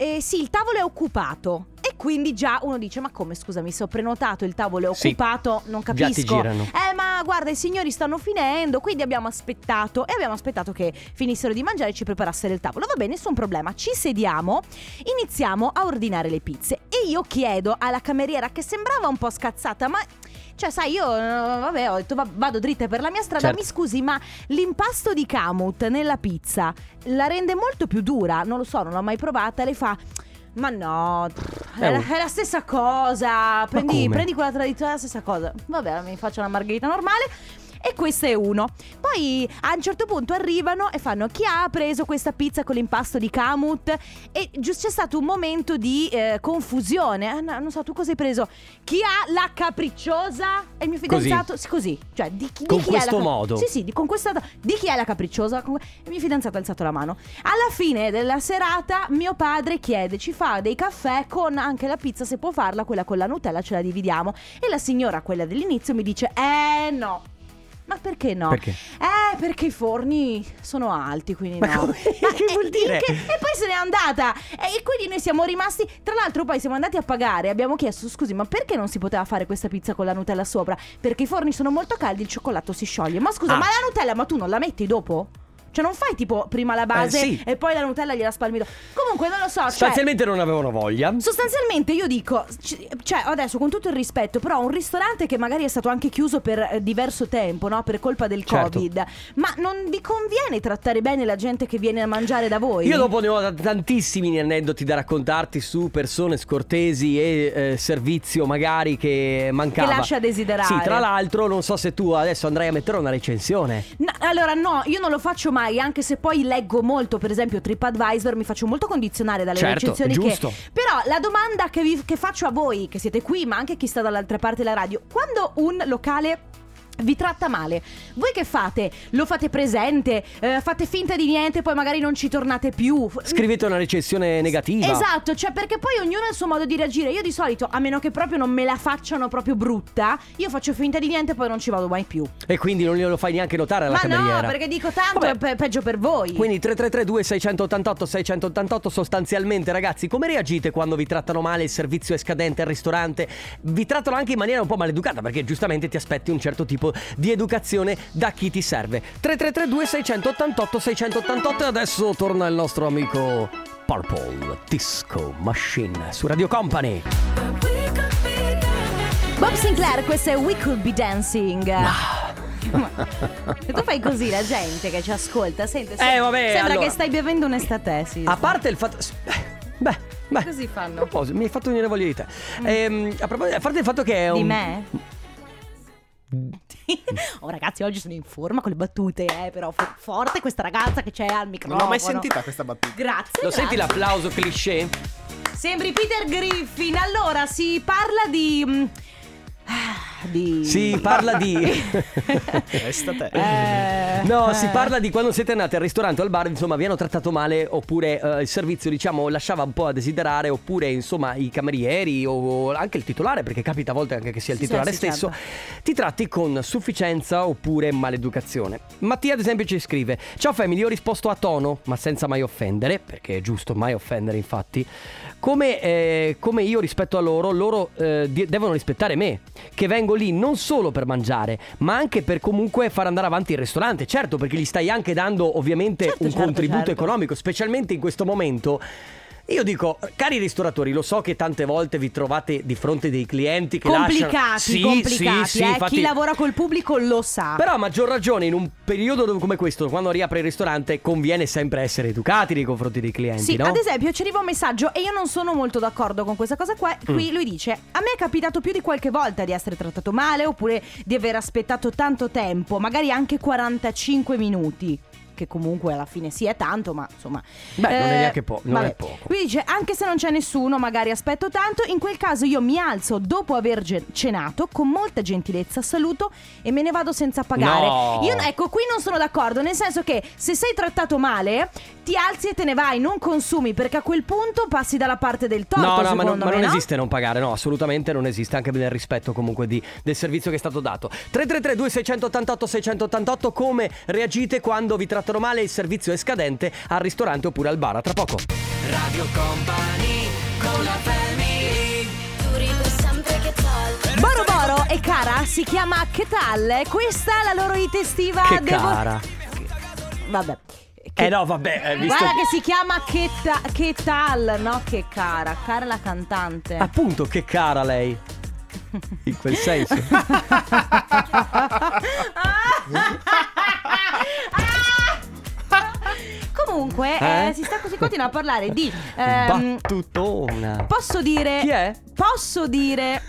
Speaker 2: Eh, sì, il tavolo è occupato. E quindi già uno dice: Ma come scusami, se ho prenotato il tavolo è
Speaker 1: Sì.
Speaker 2: occupato, non
Speaker 1: Già ti
Speaker 2: capisco.
Speaker 1: girano.
Speaker 2: Eh, ma guarda, i signori stanno finendo. Quindi abbiamo aspettato e abbiamo aspettato che finissero di mangiare e ci preparassero il tavolo. Va bene, nessun problema. Ci sediamo, iniziamo a ordinare le pizze. E io chiedo alla cameriera che sembrava un po' scazzata, ma. Cioè, sai, io eh, vabbè, ho detto va- vado dritta per la mia strada.
Speaker 1: Certo.
Speaker 2: Mi scusi, ma l'impasto di Camut nella pizza la rende molto più dura? Non lo so, non l'ho mai provata. Lei fa. Ma no, pff, è la,
Speaker 1: un-
Speaker 2: è la stessa cosa. Prendi,
Speaker 1: come?
Speaker 2: prendi quella tradizionale, è la stessa cosa. Vabbè, mi faccio una margherita normale. E questo è uno. Poi a un certo punto arrivano e fanno chi ha preso questa pizza con l'impasto di Kamut? E giusto c'è stato un momento di eh, confusione. Ah, no, non so, tu cosa hai preso? Chi ha la capricciosa? E il mio
Speaker 1: Così.
Speaker 2: fidanzato. Sì, così. Cioè, di, chi- di
Speaker 1: Con
Speaker 2: chi è
Speaker 1: questo
Speaker 2: la cap-
Speaker 1: modo.
Speaker 2: Sì, sì, di, con questa. Di chi è la capricciosa? Con- E il mio fidanzato ha alzato la mano. Alla fine della serata, mio padre chiede: ci fa dei caffè con anche la pizza, se può farla, quella con la Nutella, ce la dividiamo. E la signora, quella dell'inizio, mi dice: Eh no. Ma perché no?
Speaker 1: Perché?
Speaker 2: Eh, perché i forni sono alti, quindi
Speaker 1: Ma
Speaker 2: no.
Speaker 1: come- che
Speaker 2: eh,
Speaker 1: vuol dire?
Speaker 2: in che- E poi se n'è andata. E, e quindi noi siamo rimasti. Tra l'altro, poi siamo andati a pagare. Abbiamo chiesto: scusi, ma perché non si poteva fare questa pizza con la Nutella sopra? Perché i forni sono molto caldi, il cioccolato si scioglie. Ma scusa,
Speaker 1: Ah.
Speaker 2: ma la Nutella, ma tu non la metti dopo? Cioè, non fai tipo prima la base
Speaker 1: Eh, sì.
Speaker 2: e poi la Nutella gliela spalmi dopo. Comunque, non lo so. Cioè,
Speaker 1: Sostanzialmente non avevano voglia.
Speaker 2: Sostanzialmente io dico, c- cioè adesso con tutto il rispetto, però un ristorante che magari è stato anche chiuso per eh, diverso tempo, no? Per colpa del
Speaker 1: Certo.
Speaker 2: Covid, ma non vi conviene trattare bene la gente che viene a mangiare da voi?
Speaker 1: Io dopo ne ho t- tantissimi aneddoti da raccontarti su persone scortesi e eh, servizio magari che mancava.
Speaker 2: Che lascia a desiderare.
Speaker 1: Sì, tra l'altro non so se tu adesso andrai a mettere una recensione.
Speaker 2: No, allora no, io non lo faccio mai, anche se poi leggo molto, per esempio TripAdvisor, mi faccio molto condizionare dalle
Speaker 1: Certo,
Speaker 2: recensioni
Speaker 1: giusto.
Speaker 2: che... Però la domanda che, vi- che faccio a voi, che siete qui, ma anche chi sta dall'altra parte della radio, quando un locale... Vi tratta male. Voi che fate? Lo fate presente? Eh, fate finta di niente, poi magari non ci tornate più. F-
Speaker 1: Scrivete una recensione negativa.
Speaker 2: Esatto, cioè perché poi ognuno ha il suo modo di reagire. Io di solito, a meno che proprio non me la facciano proprio brutta, io faccio finta di niente e poi non ci vado mai più.
Speaker 1: E quindi non glielo fai neanche notare alla
Speaker 2: Ma
Speaker 1: cameriera.
Speaker 2: no, perché dico tanto
Speaker 1: Vabbè.
Speaker 2: è pe- peggio per voi.
Speaker 1: Quindi 3332 688 688 sostanzialmente ragazzi come reagite quando vi trattano male il servizio è scadente al ristorante? Vi trattano anche in maniera un po' maleducata perché giustamente ti aspetti un certo tipo di educazione da chi ti serve. 3332 688 688 e adesso torna il nostro amico Purple Disco Machine su Radio Company.
Speaker 2: Bob Sinclair, questo è We Could Be Dancing. E tu fai così la gente che ci ascolta, sente, se-
Speaker 1: Eh, vabbè,
Speaker 2: sembra
Speaker 1: allora.
Speaker 2: che stai bevendo un'estatesi.
Speaker 1: A parte il fatto. Beh, beh.
Speaker 2: Così fanno.
Speaker 1: A proposito, mi hai fatto venire voglia di te. Ehm, a, proposito, a parte il fatto che è
Speaker 2: Di
Speaker 1: un.
Speaker 2: me? oh ragazzi, oggi sono in forma con le battute, eh, però fo- forte questa ragazza che c'è al microfono.
Speaker 4: Non l'ho mai sentita questa battuta.
Speaker 2: Grazie.
Speaker 1: Lo
Speaker 2: grazie.
Speaker 1: senti l'applauso cliché?
Speaker 2: Sembri Peter Griffin. Allora, si parla di mm, ah, di
Speaker 1: Si parla di.
Speaker 4: Resta te.
Speaker 2: Eh,
Speaker 1: No,
Speaker 2: eh.
Speaker 1: si parla di quando siete andati al ristorante o al bar, insomma, vi hanno trattato male oppure eh, il servizio, diciamo, lasciava un po' a desiderare oppure, insomma, i camerieri o anche il titolare, perché capita a volte anche che sia il
Speaker 2: Sì, sì,
Speaker 1: titolare
Speaker 2: sì, certo.
Speaker 1: stesso, ti tratti con sufficienza oppure maleducazione. Mattia, ad esempio, ci scrive: Ciao Family, ho risposto a tono, ma senza mai offendere, perché è giusto mai offendere, infatti. Come, eh, come io rispetto a loro, loro eh, di- devono rispettare me, che vengo lì non solo per mangiare, ma anche per comunque far andare avanti il ristorante. Certo, perché gli stai anche dando ovviamente
Speaker 2: Certo,
Speaker 1: un
Speaker 2: certo,
Speaker 1: contributo
Speaker 2: certo.
Speaker 1: economico, specialmente in questo momento. Io dico, cari ristoratori, lo so che tante volte vi trovate di fronte dei clienti che lasciano...
Speaker 2: complicati,
Speaker 1: Sì,
Speaker 2: complicati,
Speaker 1: sì, sì,
Speaker 2: eh.
Speaker 1: infatti-
Speaker 2: Chi lavora col pubblico lo sa.
Speaker 1: però a maggior ragione in un periodo dove- come questo, quando riapre il ristorante, conviene sempre essere educati nei confronti dei clienti,
Speaker 2: Sì,
Speaker 1: no?
Speaker 2: ad esempio ci arriva un messaggio e io non sono molto d'accordo con questa cosa qua.
Speaker 1: Mm.
Speaker 2: Qui lui dice: A me è capitato più di qualche volta di essere trattato male oppure di aver aspettato tanto tempo, magari anche 45 minuti. Che comunque alla fine sì è tanto, ma insomma. eh,
Speaker 1: Beh, non è neanche po- non è poco.
Speaker 2: Lui dice: Anche se non c'è nessuno, magari aspetto tanto. In quel caso io mi alzo dopo aver ge- cenato, con molta gentilezza saluto e me ne vado senza pagare.
Speaker 1: No.
Speaker 2: Io, ecco, qui non sono d'accordo, nel senso che se sei trattato male, ti alzi e te ne vai, non consumi, perché a quel punto passi dalla parte del torto.
Speaker 1: no, no, ma
Speaker 2: secondo
Speaker 1: non, ma
Speaker 2: me,
Speaker 1: non
Speaker 2: no?
Speaker 1: esiste non pagare, no, assolutamente non esiste, anche nel rispetto comunque di- del servizio che è stato dato. 333 688 688 come reagite quando vi trattano male il servizio è scadente al ristorante oppure al bar, A tra poco.
Speaker 2: Boro Boro e Cara si chiama Che tal? Questa è la loro hit estiva.
Speaker 1: Che
Speaker 2: Ah, devo-
Speaker 1: cara.
Speaker 2: Vabbè.
Speaker 1: Eh no, vabbè, eh, visto...
Speaker 2: Guarda che si chiama che, Ta-
Speaker 1: Ah.
Speaker 2: che tal, no che cara, cara è la cantante.
Speaker 1: Appunto, che cara lei. In quel senso.
Speaker 2: Comunque,
Speaker 1: Eh?
Speaker 2: eh, si sta così continua a parlare di. ehm,
Speaker 1: Battutona.
Speaker 2: posso dire.
Speaker 1: Chi è?
Speaker 2: Posso dire.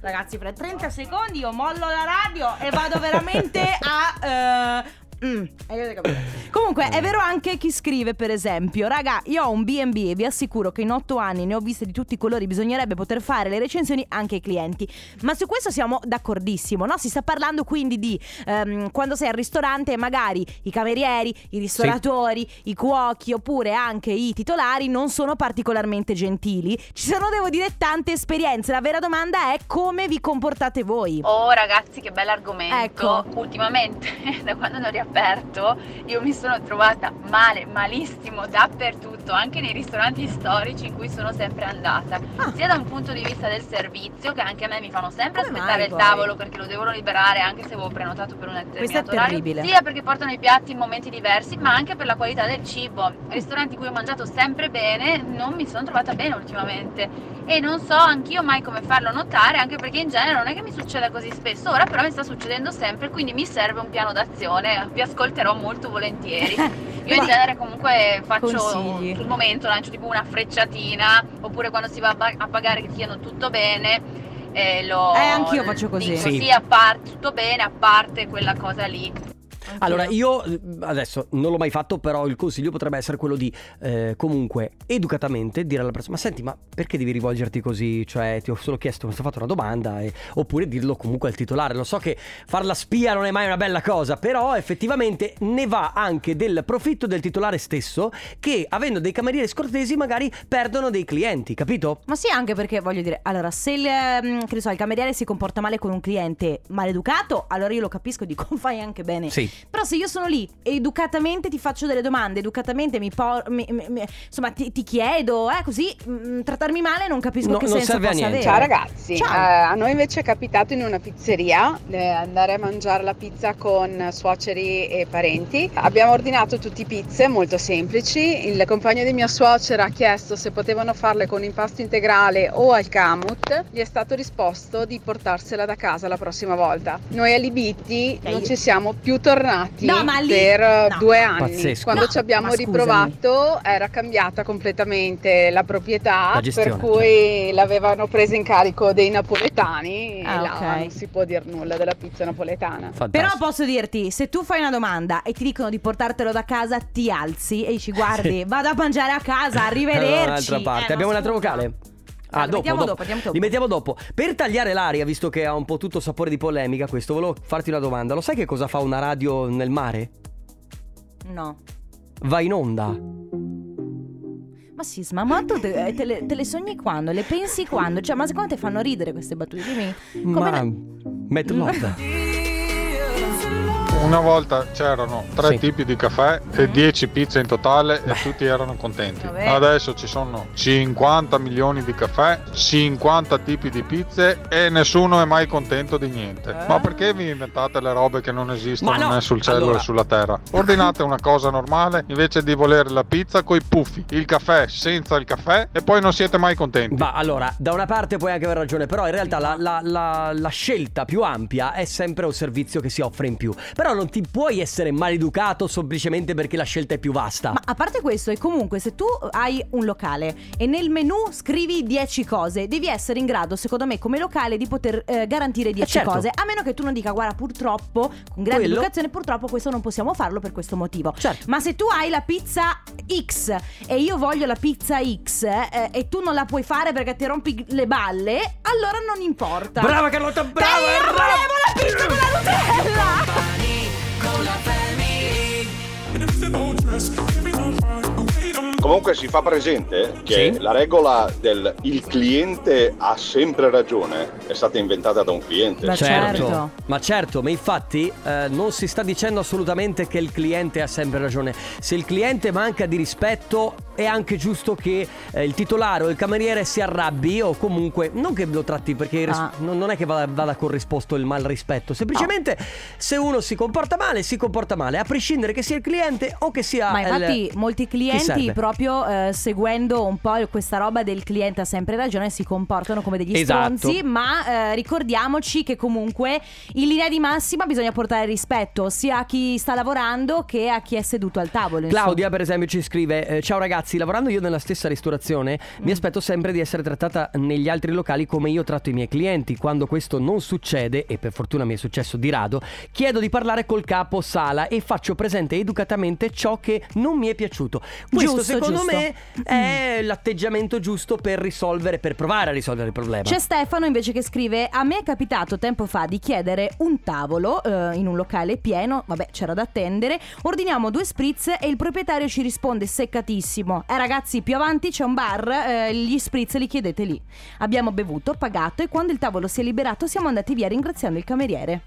Speaker 2: Ragazzi, fra 30 secondi io mollo la radio e vado veramente a. eh, mm, eh, avete capito. Comunque è vero anche chi scrive per esempio Raga io ho un B&B e vi assicuro che in 8 anni ne ho viste di tutti i colori Bisognerebbe poter fare le recensioni anche ai clienti Ma su questo siamo d'accordissimo no? Si sta parlando quindi di ehm, quando sei al ristorante e magari i camerieri, i ristoratori, i cuochi oppure anche i titolari non sono particolarmente gentili. Ci sono, devo dire, tante esperienze. La vera domanda è come vi comportate voi.
Speaker 6: Oh ragazzi, che bell'argomento!
Speaker 2: Ecco.
Speaker 6: Ultimamente, da quando hanno riaperto, io mi sono trovata male, malissimo dappertutto, anche nei ristoranti storici in cui sono sempre andata.
Speaker 2: Ah.
Speaker 6: Sia da un punto di vista del servizio, che anche a me mi fanno sempre
Speaker 2: Come
Speaker 6: aspettare
Speaker 2: mai,
Speaker 6: il
Speaker 2: poi?
Speaker 6: tavolo perché lo devono liberare anche se avevo prenotato per un
Speaker 2: Questo è
Speaker 6: determinato
Speaker 2: terribile.
Speaker 6: orario. Sia perché portano i piatti in momenti diversi, ma anche per la qualità del cibo. Ristoranti in cui ho mangiato sempre bene, non mi sono trovata bene ultimamente e non so anch'io mai come farlo notare, anche perché in genere non è che mi succeda così spesso, ora però mi sta succedendo sempre, quindi mi serve un piano d'azione, vi ascolterò molto volentieri. Io
Speaker 2: Ma-
Speaker 6: in genere comunque faccio
Speaker 2: Consigli.
Speaker 6: sul momento, lancio tipo una frecciatina, oppure quando si va a, ba- a pagare che diano tutto bene. E lo
Speaker 2: Eh, anch'io faccio così.
Speaker 6: Dico,
Speaker 1: Sì.
Speaker 6: sì, a parte tutto bene, a parte quella cosa lì.
Speaker 1: Allora, io eh, adesso non l'ho mai fatto, però il consiglio potrebbe essere quello di eh, comunque educatamente dire alla persona: Ma senti, ma perché devi rivolgerti così? Cioè, ti ho solo chiesto, mi sto fatto una domanda. e- Oppure dirlo comunque al titolare. Lo so che far la spia non è mai una bella cosa, però effettivamente ne va anche del profitto del titolare stesso, che avendo dei camerieri scortesi, magari perdono dei clienti, capito?
Speaker 2: Ma sì, anche perché voglio dire, allora, se il, ehm, che ne so, il cameriere si comporta male con un cliente maleducato, allora io lo capisco e dico fai anche bene.
Speaker 1: Sì.
Speaker 2: Però se io sono lì e educatamente ti faccio delle domande, educatamente mi, por- mi- mi- mi- insomma, ti, ti chiedo, eh, così mm, trattarmi male non capisco
Speaker 1: No,
Speaker 2: che
Speaker 1: non
Speaker 2: senso
Speaker 1: serve a
Speaker 2: possa
Speaker 1: niente.
Speaker 2: avere.
Speaker 8: Ciao ragazzi,
Speaker 2: Ciao.
Speaker 8: Eh, a noi invece è capitato in una pizzeria eh, andare a mangiare la pizza con suoceri e parenti. Abbiamo ordinato tutti pizze molto semplici. Il compagno di mia suocera ha chiesto se potevano farle con impasto integrale o al camut. Gli è stato risposto di portarsela da casa la prossima volta. Noi alibiti
Speaker 2: Dai,
Speaker 8: non
Speaker 2: io-
Speaker 8: ci siamo più tornati
Speaker 2: No, ma lì-
Speaker 8: per eh,
Speaker 2: no.
Speaker 8: due anni.
Speaker 1: Pazzesco.
Speaker 8: Quando
Speaker 2: No,
Speaker 8: ci abbiamo
Speaker 2: ma scusami.
Speaker 8: riprovato Esatto, era cambiata completamente la proprietà,
Speaker 1: La gestione, certo.
Speaker 8: per cui l'avevano presa in carico dei napoletani
Speaker 2: Ah,
Speaker 8: e là
Speaker 2: ok.
Speaker 8: non si può dire nulla della pizza napoletana.
Speaker 2: Però
Speaker 1: Fantastico.
Speaker 2: posso dirti, se tu fai una domanda e ti dicono di portartelo da casa, ti alzi e dici guardi, vado a mangiare a casa, arrivederci.
Speaker 1: Un'altra parte.
Speaker 2: Eh, ma
Speaker 1: Abbiamo un altro
Speaker 2: scusa.
Speaker 1: vocale?
Speaker 2: Ah, lo mettiamo dopo, mettiamo dopo.
Speaker 1: Li mettiamo dopo. Per tagliare l'aria, visto che ha un po' tutto sapore di polemica, questo, volevo farti una domanda. Lo sai che cosa fa una radio nel mare?
Speaker 2: No.
Speaker 1: Va in onda.
Speaker 2: Ma sì, ma, ma tu te, eh, te le, te le sogni quando? Le pensi quando? Cioè, ma secondo te fanno ridere queste battute? Dimmi. Come
Speaker 1: Ma.
Speaker 2: ne-
Speaker 1: Matt Lord.
Speaker 9: Una volta c'erano tre
Speaker 1: Sì.
Speaker 9: tipi di caffè e 10 pizze in totale e tutti erano contenti.
Speaker 2: Vabbè.
Speaker 9: Adesso ci sono 50 milioni di caffè, 50 tipi di pizze e nessuno è mai contento di niente. Ma perché vi inventate le robe che non esistono
Speaker 1: Ma no!
Speaker 9: né sul cielo
Speaker 1: Allora.
Speaker 9: né sulla terra? Ordinate una cosa normale invece di volere la pizza coi puffi, il caffè senza il caffè e poi non siete mai contenti.
Speaker 1: Ma allora, da una parte puoi anche aver ragione, però in realtà la, la- la- la scelta più ampia è sempre un servizio che si offre in più. Però non ti puoi essere maleducato semplicemente perché la scelta è più vasta.
Speaker 2: Ma a parte questo, e comunque se tu hai un locale e nel menu scrivi 10 cose, devi essere in grado, secondo me, come locale di poter eh, garantire 10
Speaker 1: certo.
Speaker 2: cose. A meno che tu non dica, guarda, purtroppo, con grande
Speaker 1: Quello-
Speaker 2: educazione, purtroppo questo non possiamo farlo per questo motivo.
Speaker 1: Certo.
Speaker 2: Ma se tu hai la pizza X e io voglio la pizza X eh, e tu non la puoi fare perché ti rompi le balle, allora non importa.
Speaker 1: Brava Carlotta, brava!
Speaker 2: Dai, io
Speaker 1: brava!
Speaker 2: volevo la pizza con la Nutella!
Speaker 10: Comunque si fa presente Eh, che
Speaker 1: Sì.
Speaker 10: la regola del il cliente ha sempre ragione è stata inventata da un
Speaker 1: Eh,
Speaker 10: cliente.
Speaker 2: Ma certo.
Speaker 1: ma certo, ma infatti eh, non si sta dicendo assolutamente che il cliente ha sempre ragione. Se il cliente manca di rispetto è anche giusto che eh, il titolare o il cameriere si arrabbi o comunque non che lo tratti perché il ris-
Speaker 2: Ah.
Speaker 1: non, non è che vada, vada corrisposto il mal rispetto, semplicemente se uno si comporta male si comporta male, a prescindere che sia il cliente o che sia
Speaker 2: Ma
Speaker 1: il-
Speaker 2: infatti molti
Speaker 1: chi serve.
Speaker 2: clienti proprio proprio eh, seguendo un po' questa roba del cliente ha sempre ragione, si comportano come degli
Speaker 1: Esatto.
Speaker 2: stronzi, ma eh, ricordiamoci che comunque in linea di massima bisogna portare rispetto sia a chi sta lavorando che a chi è seduto al tavolo. insomma.
Speaker 1: Claudia, per esempio, ci scrive: eh, Ciao ragazzi, lavorando io nella stessa ristorazione, mi
Speaker 2: Mm.
Speaker 1: aspetto sempre di essere trattata negli altri locali come io tratto i miei clienti. Quando questo non succede, e per fortuna mi è successo di rado, chiedo di parlare col capo sala e faccio presente educatamente ciò che non mi è piaciuto. Questo,
Speaker 2: Giusto,
Speaker 1: secondo
Speaker 2: giusto. Mm.
Speaker 1: me, è l'atteggiamento giusto per risolvere, per provare a risolvere il problema.
Speaker 2: C'è Stefano invece che scrive: A me è capitato tempo fa di chiedere un tavolo eh, in un locale pieno. Vabbè, c'era da attendere. Ordiniamo due spritz e il proprietario ci risponde seccatissimo: Eh, ragazzi, più avanti c'è un bar, eh, gli spritz li chiedete lì. Abbiamo bevuto, pagato e quando il tavolo si è liberato siamo andati via ringraziando il cameriere.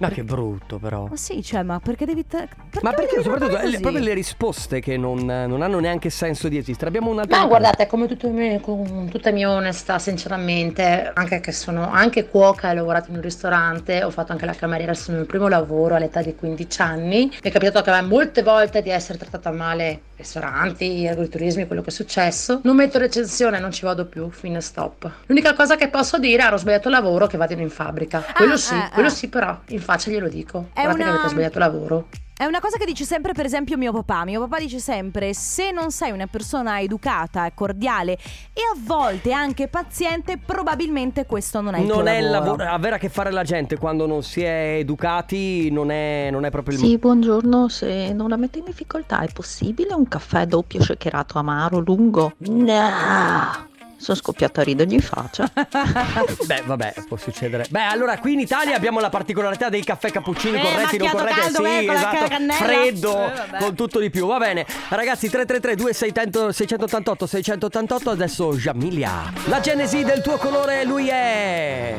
Speaker 1: Ma che brutto, però.
Speaker 2: Ma sì, cioè, ma perché devi. tra- perché
Speaker 1: Ma
Speaker 2: mi
Speaker 1: perché
Speaker 2: devi
Speaker 1: soprattutto
Speaker 2: trattare
Speaker 1: le-
Speaker 2: così?
Speaker 1: proprio le risposte che non, non hanno neanche senso di esistere. Abbiamo un'altra.
Speaker 11: No, guardate, come tutto mio- con tutta mia onestà, sinceramente, anche che sono anche cuoca e ho lavorato in un ristorante, ho fatto anche la cameriera, sono il mio primo lavoro all'età di 15 anni. Mi è capitato che a me molte volte di essere trattata male, ristoranti, agriturismi, quello che è successo. Non metto recensione, non ci vado più, fine stop. L'unica cosa che posso dire è che ho sbagliato lavoro che vadano in fabbrica. Quello sì,
Speaker 2: eh,
Speaker 11: quello
Speaker 2: eh.
Speaker 11: sì però, in faccia glielo dico.
Speaker 2: È
Speaker 11: Guardate che
Speaker 2: una-
Speaker 11: avete sbagliato lavoro.
Speaker 2: È una cosa che dice sempre, per esempio, mio papà. Mio papà dice sempre: se non sei una persona educata, cordiale e a volte anche paziente, probabilmente questo non è il tuo
Speaker 1: non è il
Speaker 2: lavoro.
Speaker 1: lavoro. Avere a che fare la gente quando non si è educati non è, non è proprio il
Speaker 12: Sì, buongiorno, se non la metto in difficoltà è possibile un caffè doppio shakerato amaro lungo? No! Sono scoppiata a ridergli in faccia.
Speaker 1: Beh, vabbè, può succedere. Beh, allora qui in Italia abbiamo la particolarità dei caffè cappuccini
Speaker 2: Eh,
Speaker 1: corretti, non
Speaker 2: macchiato
Speaker 1: corretti,
Speaker 2: caldo,
Speaker 1: sì,
Speaker 2: eh, con la
Speaker 1: esatto,
Speaker 2: cannella.
Speaker 1: freddo,
Speaker 2: Eh, vabbè.
Speaker 1: con tutto di più. Va bene. Ragazzi, 333 2600 688 688 adesso Jamilia. La genesi del tuo colore lui è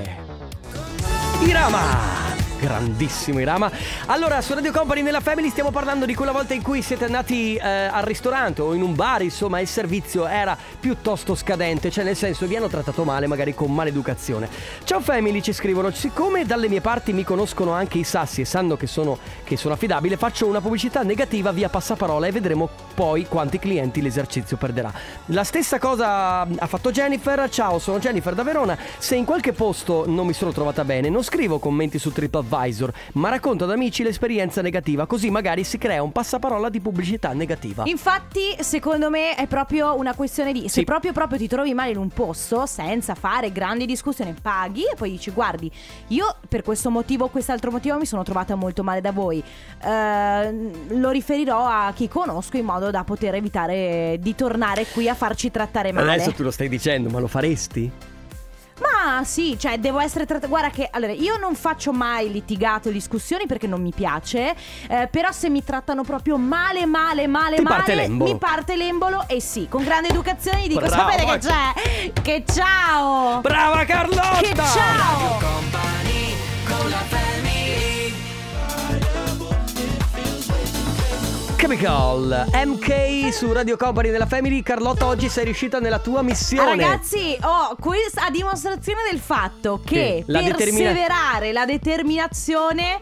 Speaker 1: Irama. Grandissimo Irama. Allora, su Radio Company nella Family stiamo parlando di quella volta in cui siete andati eh, al ristorante o in un bar, insomma, il servizio era piuttosto scadente, cioè nel senso vi hanno trattato male, magari con maleducazione. Ciao Family, ci scrivono, siccome dalle mie parti mi conoscono anche i sassi e sanno che sono, che sono affidabile, faccio una pubblicità negativa via passaparola e vedremo poi quanti clienti l'esercizio perderà. La stessa cosa ha fatto Jennifer, ciao sono Jennifer da Verona, se in qualche posto non mi sono trovata bene non scrivo commenti su TripAdvisor, ma racconto ad amici l'esperienza negativa, così magari si crea un passaparola di pubblicità negativa.
Speaker 2: Infatti, secondo me è proprio una questione di se proprio, proprio ti trovi male in un posto senza fare grandi discussioni, paghi e poi dici: Guardi, io per questo motivo o quest'altro motivo mi sono trovata molto male da voi. Ehm, lo riferirò a chi conosco in modo da poter evitare di tornare qui a farci trattare male.
Speaker 1: Adesso tu lo stai dicendo, ma lo faresti?
Speaker 2: Ma sì, cioè devo essere trattata. Guarda che allora io non faccio mai litigate o discussioni perché non mi piace. eh, però se mi trattano proprio male, male, male,
Speaker 1: Ti
Speaker 2: male,
Speaker 1: parte l'embolo.
Speaker 2: mi parte l'embolo e sì, con grande educazione gli dico:
Speaker 1: Brava,
Speaker 2: sapete che
Speaker 1: ecco.
Speaker 2: c'è? Che ciao!
Speaker 1: Brava Carlotta!
Speaker 2: Che ciao!
Speaker 1: Chemical MK su Radio Company della Family. Carlotta, oggi sei riuscita nella tua missione.
Speaker 2: Ah, Ragazzi, ho questa a dimostrazione del fatto che
Speaker 1: Sì, la determina-
Speaker 2: perseverare, la determinazione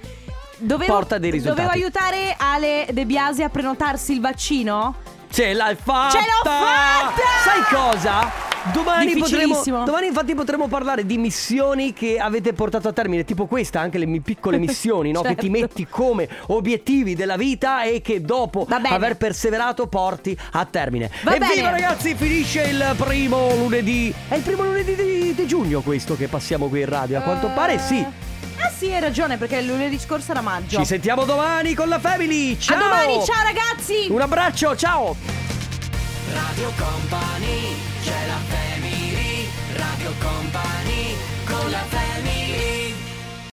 Speaker 2: dovevo,
Speaker 1: Porta dei risultati.
Speaker 2: dovevo aiutare Ale De Biasi a prenotarsi il vaccino?
Speaker 1: Ce l'hai fatta!
Speaker 2: Ce l'ho fatta!
Speaker 1: Sai cosa? Domani potremo,
Speaker 2: Difficilissimo.
Speaker 1: domani infatti potremo parlare di missioni che avete portato a termine, tipo questa, anche le mi- piccole missioni no? che ti
Speaker 2: Certo.
Speaker 1: metti come obiettivi della vita e che dopo
Speaker 2: Va bene.
Speaker 1: aver perseverato porti a termine.
Speaker 2: Va
Speaker 1: Evviva
Speaker 2: bene.
Speaker 1: ragazzi, finisce il primo lunedì. È il primo lunedì di, di giugno questo che passiamo qui in radio, a quanto pare sì.
Speaker 2: Ah sì, hai ragione perché il lunedì scorso era maggio.
Speaker 1: Ci sentiamo domani con la Family. Ciao!
Speaker 2: A domani, ciao ragazzi!
Speaker 1: Un abbraccio, ciao!
Speaker 3: Radio Company, c'è la family, Radio Company, con la family.